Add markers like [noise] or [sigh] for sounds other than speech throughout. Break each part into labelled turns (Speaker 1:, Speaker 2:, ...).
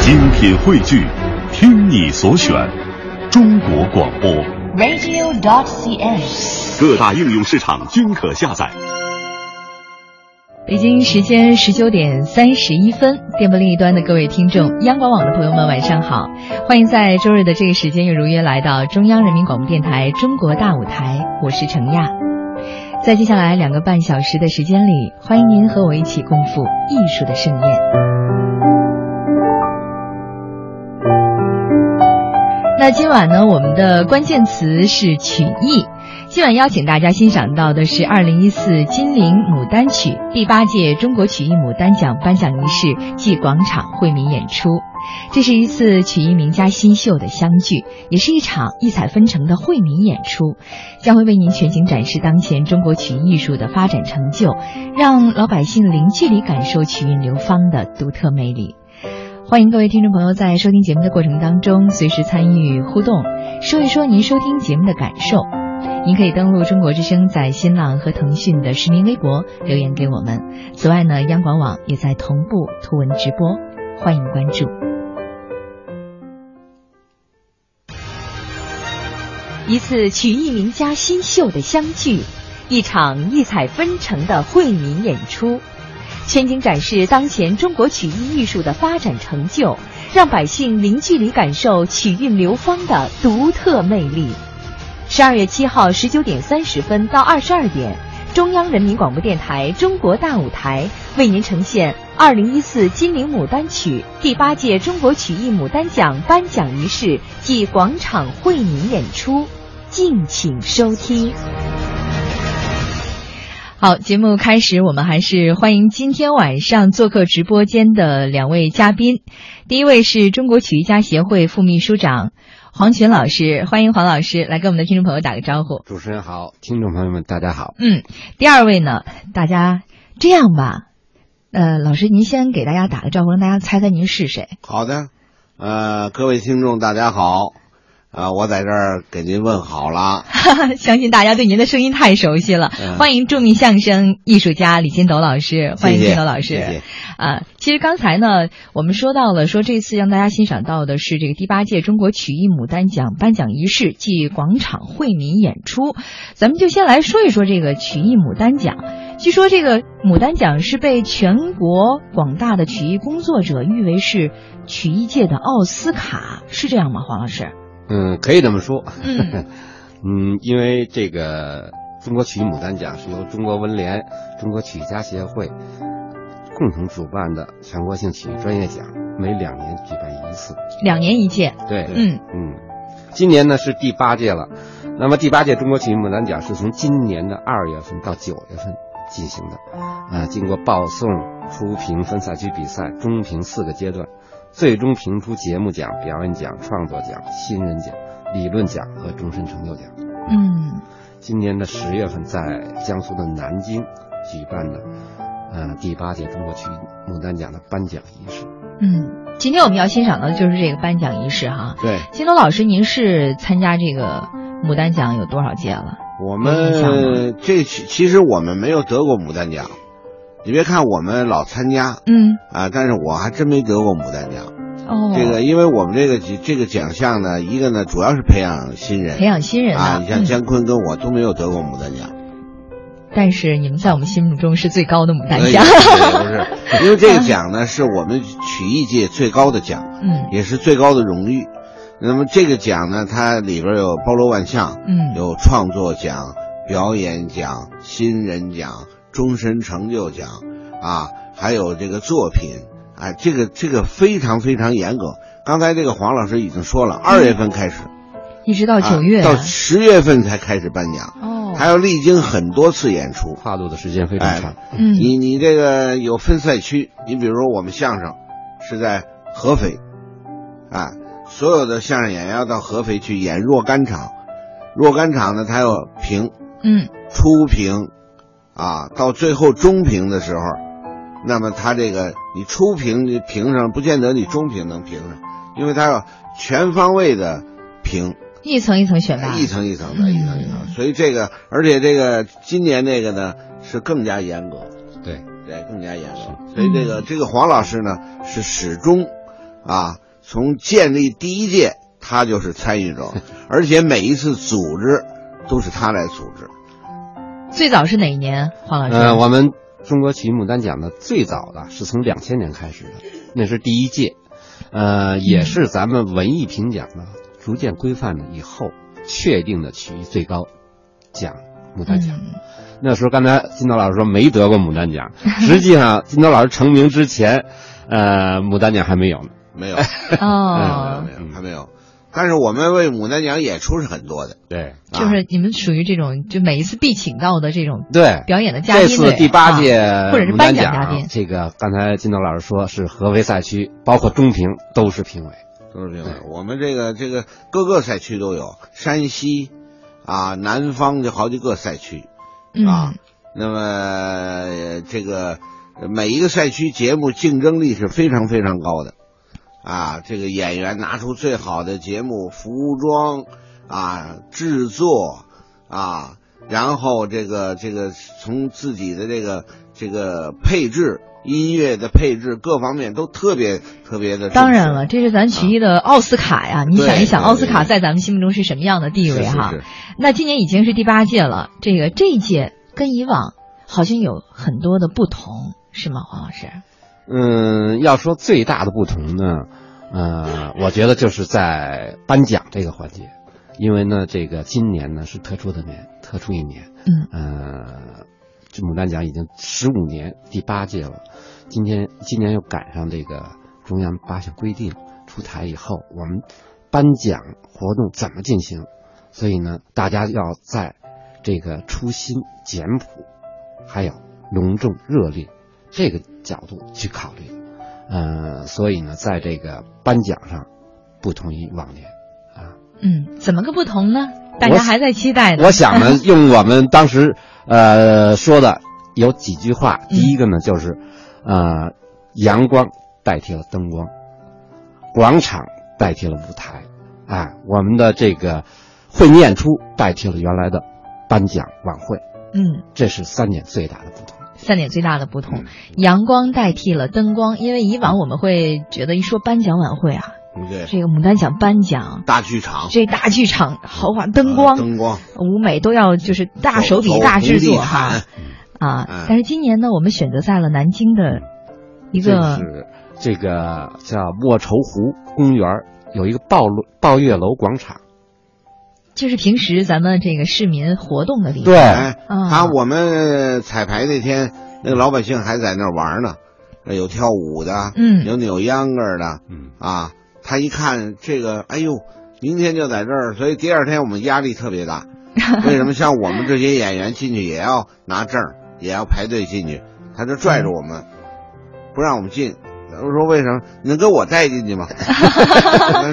Speaker 1: 精品汇聚，听你所选，中国广播。
Speaker 2: radio.cn，
Speaker 1: 各大应用市场均可下载。
Speaker 2: 北京时间十九点三十一分，电波另一端的各位听众，央广网的朋友们，晚上好！欢迎在周日的这个时间又如约来到中央人民广播电台中国大舞台，我是程亚。在接下来两个半小时的时间里，欢迎您和我一起共赴艺术的盛宴。那今晚呢，我们的关键词是曲艺。今晚邀请大家欣赏到的是二零一四金陵牡丹曲第八届中国曲艺牡丹奖颁奖仪式暨广场惠民演出。这是一次曲艺名家新秀的相聚，也是一场异彩纷呈的惠民演出，将会为您全景展示当前中国曲艺艺术的发展成就，让老百姓零距离感受曲韵流芳的独特魅力。欢迎各位听众朋友在收听节目的过程当中，随时参与互动，说一说您收听节目的感受。您可以登录中国之声在新浪和腾讯的实名微博留言给我们。此外呢，央广网也在同步图文直播，欢迎关注。一次曲艺名家新秀的相聚，一场异彩纷呈的惠民演出。全景展示当前中国曲艺艺术的发展成就，让百姓零距离感受曲韵流芳的独特魅力。十二月七号十九点三十分到二十二点，中央人民广播电台中国大舞台为您呈现二零一四金陵牡丹曲第八届中国曲艺牡丹奖颁奖仪式暨广场惠民演出，敬请收听。好，节目开始，我们还是欢迎今天晚上做客直播间的两位嘉宾。第一位是中国曲艺家协会副秘书长黄群老师，欢迎黄老师来跟我们的听众朋友打个招呼。
Speaker 3: 主持人好，听众朋友们大家好。
Speaker 2: 嗯，第二位呢，大家这样吧，呃，老师您先给大家打个招呼，让大家猜猜您是谁。
Speaker 3: 好的，呃，各位听众大家好。啊，我在这儿给您问好 [laughs] 了。
Speaker 2: 相信大家对您的声音太熟悉了。嗯、欢迎著名相声艺术家李金斗老师，欢迎金斗老师。
Speaker 3: 谢谢
Speaker 2: 啊，其实刚才呢，我们说到了，说这次让大家欣赏到的是这个第八届中国曲艺牡丹奖颁奖仪式暨广场惠民演出。咱们就先来说一说这个曲艺牡丹奖。据说这个牡丹奖是被全国广大的曲艺工作者誉为是曲艺界的奥斯卡，是这样吗，黄老师？
Speaker 3: 嗯，可以这么说。
Speaker 2: 嗯，
Speaker 3: 嗯，因为这个中国曲艺牡丹奖是由中国文联、中国曲艺家协会共同主办的全国性曲艺专业奖，每两年举办一次。
Speaker 2: 两年一届。
Speaker 3: 对，
Speaker 2: 嗯
Speaker 3: 嗯，今年呢是第八届了。那么第八届中国曲艺牡丹奖是从今年的二月份到九月份进行的，啊、呃，经过报送、初评、分赛区比赛、中评四个阶段。最终评出节目奖、表演奖、创作奖、新人奖、理论奖和终身成就奖。
Speaker 2: 嗯，
Speaker 3: 今年的十月份在江苏的南京举办的，呃，第八届中国曲艺牡丹奖的颁奖仪式。
Speaker 2: 嗯，今天我们要欣赏到的就是这个颁奖仪式哈。
Speaker 3: 对，
Speaker 2: 金龙老师，您是参加这个牡丹奖有多少届了？
Speaker 4: 我们这其实我们没有得过牡丹奖。你别看我们老参加，
Speaker 2: 嗯
Speaker 4: 啊，但是我还真没得过牡丹奖。
Speaker 2: 哦，
Speaker 4: 这个因为我们这个这个奖项呢，一个呢主要是培养新人，
Speaker 2: 培养新人嗯
Speaker 4: 啊。你像姜昆跟我都没有得过牡丹奖，
Speaker 2: 但是你们在我们心目中是最高的牡丹
Speaker 4: 所以
Speaker 2: 奖。
Speaker 4: 不是，因为这个奖呢是我们曲艺界最高的奖，
Speaker 2: 嗯
Speaker 4: 也是最高的荣誉。那么这个奖呢，它里边有包罗万象，
Speaker 2: 嗯
Speaker 4: 有创作奖、表演奖、新人奖、终身成就奖，啊，还有这个作品，啊，这个这个非常非常严格。刚才这个黄老师已经说了，二月份开始，
Speaker 2: 一直到嗯哦九月、
Speaker 4: 啊到十月份才开始颁奖，
Speaker 2: 哦，
Speaker 4: 还要历经很多次演出。
Speaker 3: 跨度的时间非
Speaker 4: 哎
Speaker 3: 常长。
Speaker 2: 嗯
Speaker 4: 你你这个有分赛区，你比如说我们相声是在合肥，啊，所有的相声演员要到合肥去演若干场，若干场呢，他要评
Speaker 2: 嗯
Speaker 4: 初评，啊，到最后中评的时候，那么他这个你初评你评上，不见得你中评能评上，因为他要全方位的评，
Speaker 2: 一层一层选拔。
Speaker 4: 一层一层的，
Speaker 2: 嗯
Speaker 4: 一层一层，所以这个，而且这个今年这个呢是更加严格。
Speaker 3: 对，
Speaker 4: 对，更加严格。所以这个这个黄老师呢，是始终啊，从建立第一届他就是参与者，而且每一次组织都是他来组织。
Speaker 2: 最早啊是哪一年，黄老师？
Speaker 3: 呃，我们中国曲艺牡丹奖呢，最早的是从两千年开始的，那是第一届，呃，
Speaker 2: 嗯
Speaker 3: 也是咱们文艺评奖呢逐渐规范了以后确定的曲艺最高奖牡丹奖。
Speaker 2: 嗯
Speaker 3: 那时候刚才金涛老师说没得过牡丹奖，实际上金涛老师成名之前，呃，牡丹奖还没有呢。
Speaker 4: 没有， [laughs]
Speaker 2: 哦，
Speaker 4: 没有，还没有。但是我们为牡丹奖演出是很多的，
Speaker 3: 对
Speaker 4: 啊
Speaker 2: [laughs] 就是你们属于这种，就每一次必请到的这种
Speaker 3: 对，
Speaker 2: 表演的嘉
Speaker 3: 这
Speaker 2: 宾
Speaker 3: 次
Speaker 2: 对
Speaker 3: 第八届
Speaker 2: 啊或者是
Speaker 3: 牡
Speaker 2: 颁奖
Speaker 3: 丹奖
Speaker 2: 嘉
Speaker 3: 啊
Speaker 2: 宾，，
Speaker 3: 这个刚才金涛老师说是合肥赛区，包括中评都是评委。
Speaker 4: 都是这
Speaker 3: 对
Speaker 4: 样。我们这个这个各个赛区都有，山西啊，南方就好几个赛区。啊
Speaker 2: 嗯，
Speaker 4: 那么呃这个呃每一个赛区节目竞争力是非常非常高的，啊，这个演员拿出最好的节目服装啊制作啊，然后这个这个从自己的这个这个配置。音乐的配置各方面都特别特别的，
Speaker 2: 当然了，这是咱曲艺的奥斯卡呀！你想一想，
Speaker 4: 嗯啊对对
Speaker 2: 奥斯卡在咱们心目中是什么样的地
Speaker 4: 是
Speaker 2: 位哈？
Speaker 4: 是是
Speaker 2: 那今年已经是第八届了，这个这一届跟以往好像有很多的不同，是吗，黄老师？
Speaker 3: 嗯，要说最大的不同呢，呃，我觉得就是在颁奖这个环节，因为呢，这个今年呢是特殊的年，特殊一年，
Speaker 2: 嗯，
Speaker 3: 呃，这牡丹奖已经十五年第八届了，今天今年又赶上这个中央八项规定出台以后，我们颁奖活动怎么进行？所以呢，大家要在这个初心、简朴，还有隆重、热烈这个角度去考虑。呃，所以呢，在这个颁奖上，不同于往年啊。
Speaker 2: 嗯，怎么个不同呢？大家还在期待呢。
Speaker 3: 我想呢，用我们当时呃说的有几句话，第一个呢就是，呃，阳光代替了灯光，广场代替了舞台，哎，我们的这个会议演出代替了原来的颁奖晚会，
Speaker 2: 嗯，
Speaker 3: 这是三年最大的不同。
Speaker 2: 三点最大的不同
Speaker 3: 嗯，
Speaker 2: 阳光代替了灯光，因为以往我们会觉得一说颁奖晚会啊，
Speaker 4: 嗯对，
Speaker 2: 这个牡丹奖颁奖，
Speaker 4: 大剧场
Speaker 2: 这大剧场豪华灯光，
Speaker 4: 灯光
Speaker 2: 舞美都要就是大手笔、
Speaker 4: 走
Speaker 2: 大制
Speaker 4: 红
Speaker 2: 作
Speaker 4: 地毯
Speaker 2: 哈啊
Speaker 4: 嗯！
Speaker 2: 但是今年呢，我们选择在了南京的一
Speaker 3: 这
Speaker 2: 个
Speaker 3: 是这个叫莫愁湖公园儿有一个抱楼抱月楼广场，
Speaker 2: 就是平时咱们这个市民活动的地方。
Speaker 3: 对，
Speaker 4: 哎，
Speaker 2: 啊
Speaker 4: 他我们彩排那天，那个老百姓还在那儿玩呢，呃有跳舞的，
Speaker 2: 嗯
Speaker 4: 有扭秧歌的
Speaker 3: 嗯。
Speaker 4: 啊。他一看这个，哎呦，明天就在这儿，所以第二天我们压力特别大。为什么像我们这些演员进去也要拿证儿，也要排队进去？他就拽着我们，不让我们进。我说为什么？你能给我带进去吗？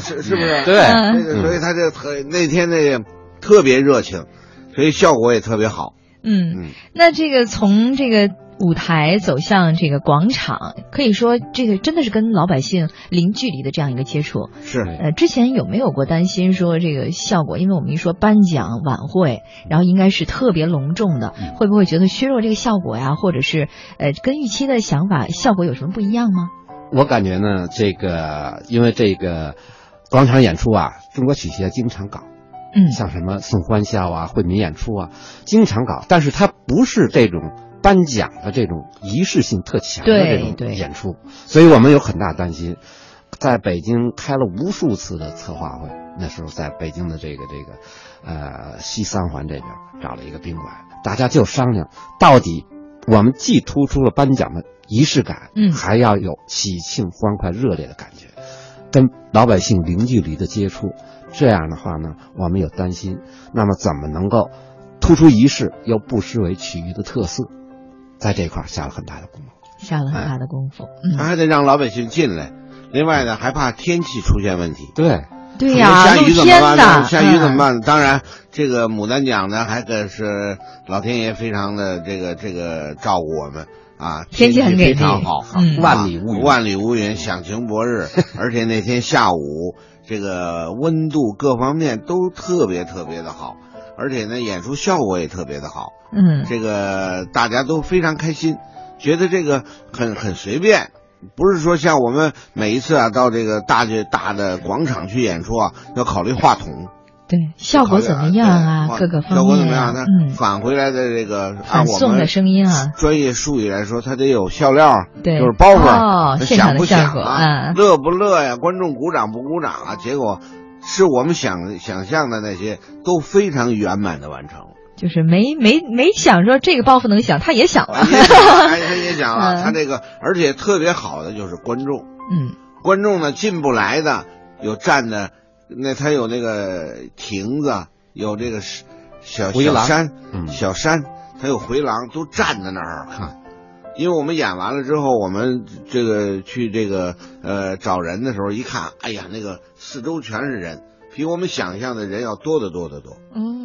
Speaker 4: 是是不是？
Speaker 3: 对
Speaker 4: 那个
Speaker 3: 嗯
Speaker 4: 所以他这特那天那个特别热情，所以效果也特别好。
Speaker 2: 嗯，
Speaker 4: 嗯，
Speaker 2: 那这个从这个舞台走向这个广场，可以说这个真的是跟老百姓零距离的这样一个接触。
Speaker 4: 是
Speaker 3: 对
Speaker 2: 呃，之前有没有过担心说这个效果？因为我们一说颁奖晚会，然后应该是特别隆重的，
Speaker 4: 嗯
Speaker 2: 会不会觉得削弱这个效果呀？或者是呃，跟预期的想法效果有什么不一样吗？
Speaker 3: 我感觉呢，这个因为这个广场演出啊，中国曲协经常搞，
Speaker 2: 嗯
Speaker 3: 像什么送欢笑啊、惠民演出啊，经常搞，但是它不是这种颁奖的这种仪式性特强的
Speaker 2: 对
Speaker 3: 这种
Speaker 2: 对
Speaker 3: 演出，所以我们有很大担心。在北京开了无数次的策划会，那时候在北京的这个这个，呃西三环这边找了一个宾馆，大家就商量到底我们既突出了颁奖的仪式感，
Speaker 2: 嗯
Speaker 3: 还要有喜庆、欢快、热烈的感觉，跟老百姓零距离的接触。这样的话呢，我们有担心，那么怎么能够突出仪式又不失为曲艺的特色？在这一块儿下了很大的功夫。
Speaker 2: 下了很大的功夫。嗯
Speaker 4: 他，还得让老百姓进来。另外呢，还怕天气出现问题。
Speaker 3: 对，
Speaker 2: 对呀、
Speaker 4: 哎下
Speaker 2: 露
Speaker 4: 雨怎
Speaker 2: 天
Speaker 4: 么办
Speaker 2: 的，
Speaker 4: 呢？下雨怎么
Speaker 2: 嗯？
Speaker 4: 办？当然，这个牡丹奖呢，还可是老天爷非常的这个这个照顾我们啊，
Speaker 2: 天气很给力
Speaker 4: 非常好，
Speaker 2: 嗯
Speaker 3: 万里无云
Speaker 4: 啊万里无云，响晴博日，
Speaker 2: [laughs]
Speaker 4: 而且那天下午这个温度各方面都特别特别的好，而且呢，演出效果也特别的好。
Speaker 2: 嗯，
Speaker 4: 这个大家都非常开心，觉得这个很很随便不是说像我们每一次啊到这个大剧大的广场去演出啊，要考虑话筒
Speaker 2: 对，效果怎么样啊？
Speaker 4: 考虑
Speaker 2: 各个
Speaker 4: 哎效
Speaker 2: 方
Speaker 4: 果怎
Speaker 2: 面
Speaker 4: 么样？
Speaker 2: 啊，
Speaker 4: 那
Speaker 2: 嗯，
Speaker 4: 返回来的这个按
Speaker 2: 反
Speaker 4: 我
Speaker 2: 送
Speaker 4: 们
Speaker 2: 的声音啊，
Speaker 4: 专业术语来说，它得有笑料，
Speaker 2: 对
Speaker 4: 就是包袱，
Speaker 2: 哦
Speaker 4: 那
Speaker 2: 现
Speaker 4: 响
Speaker 2: 场的
Speaker 4: 不
Speaker 2: 效
Speaker 4: 响
Speaker 2: 果
Speaker 4: 啊
Speaker 2: 嗯，
Speaker 4: 乐不乐呀？观众鼓掌不鼓掌啊？结果是我们想想象的那些都非常圆满的完成。
Speaker 2: 就是没没没想说这个包袱能响，他也响了
Speaker 4: 哎，，
Speaker 2: [laughs]
Speaker 4: 他也讲
Speaker 2: 嗯
Speaker 4: 了，他这个而且特别好的就是观众，
Speaker 2: 嗯，
Speaker 4: 观众呢进不来的有站的，那他有那个亭子，有这个是小
Speaker 3: 回
Speaker 4: 小
Speaker 3: 廊
Speaker 4: 山，
Speaker 3: 嗯
Speaker 4: 小山，他有回廊，都站在那儿看。因为我们演完了之后，我们这个去这个呃找人的时候，一看，哎呀，那个四周全是人，比我们想象的人要多得多得多。
Speaker 2: 哦，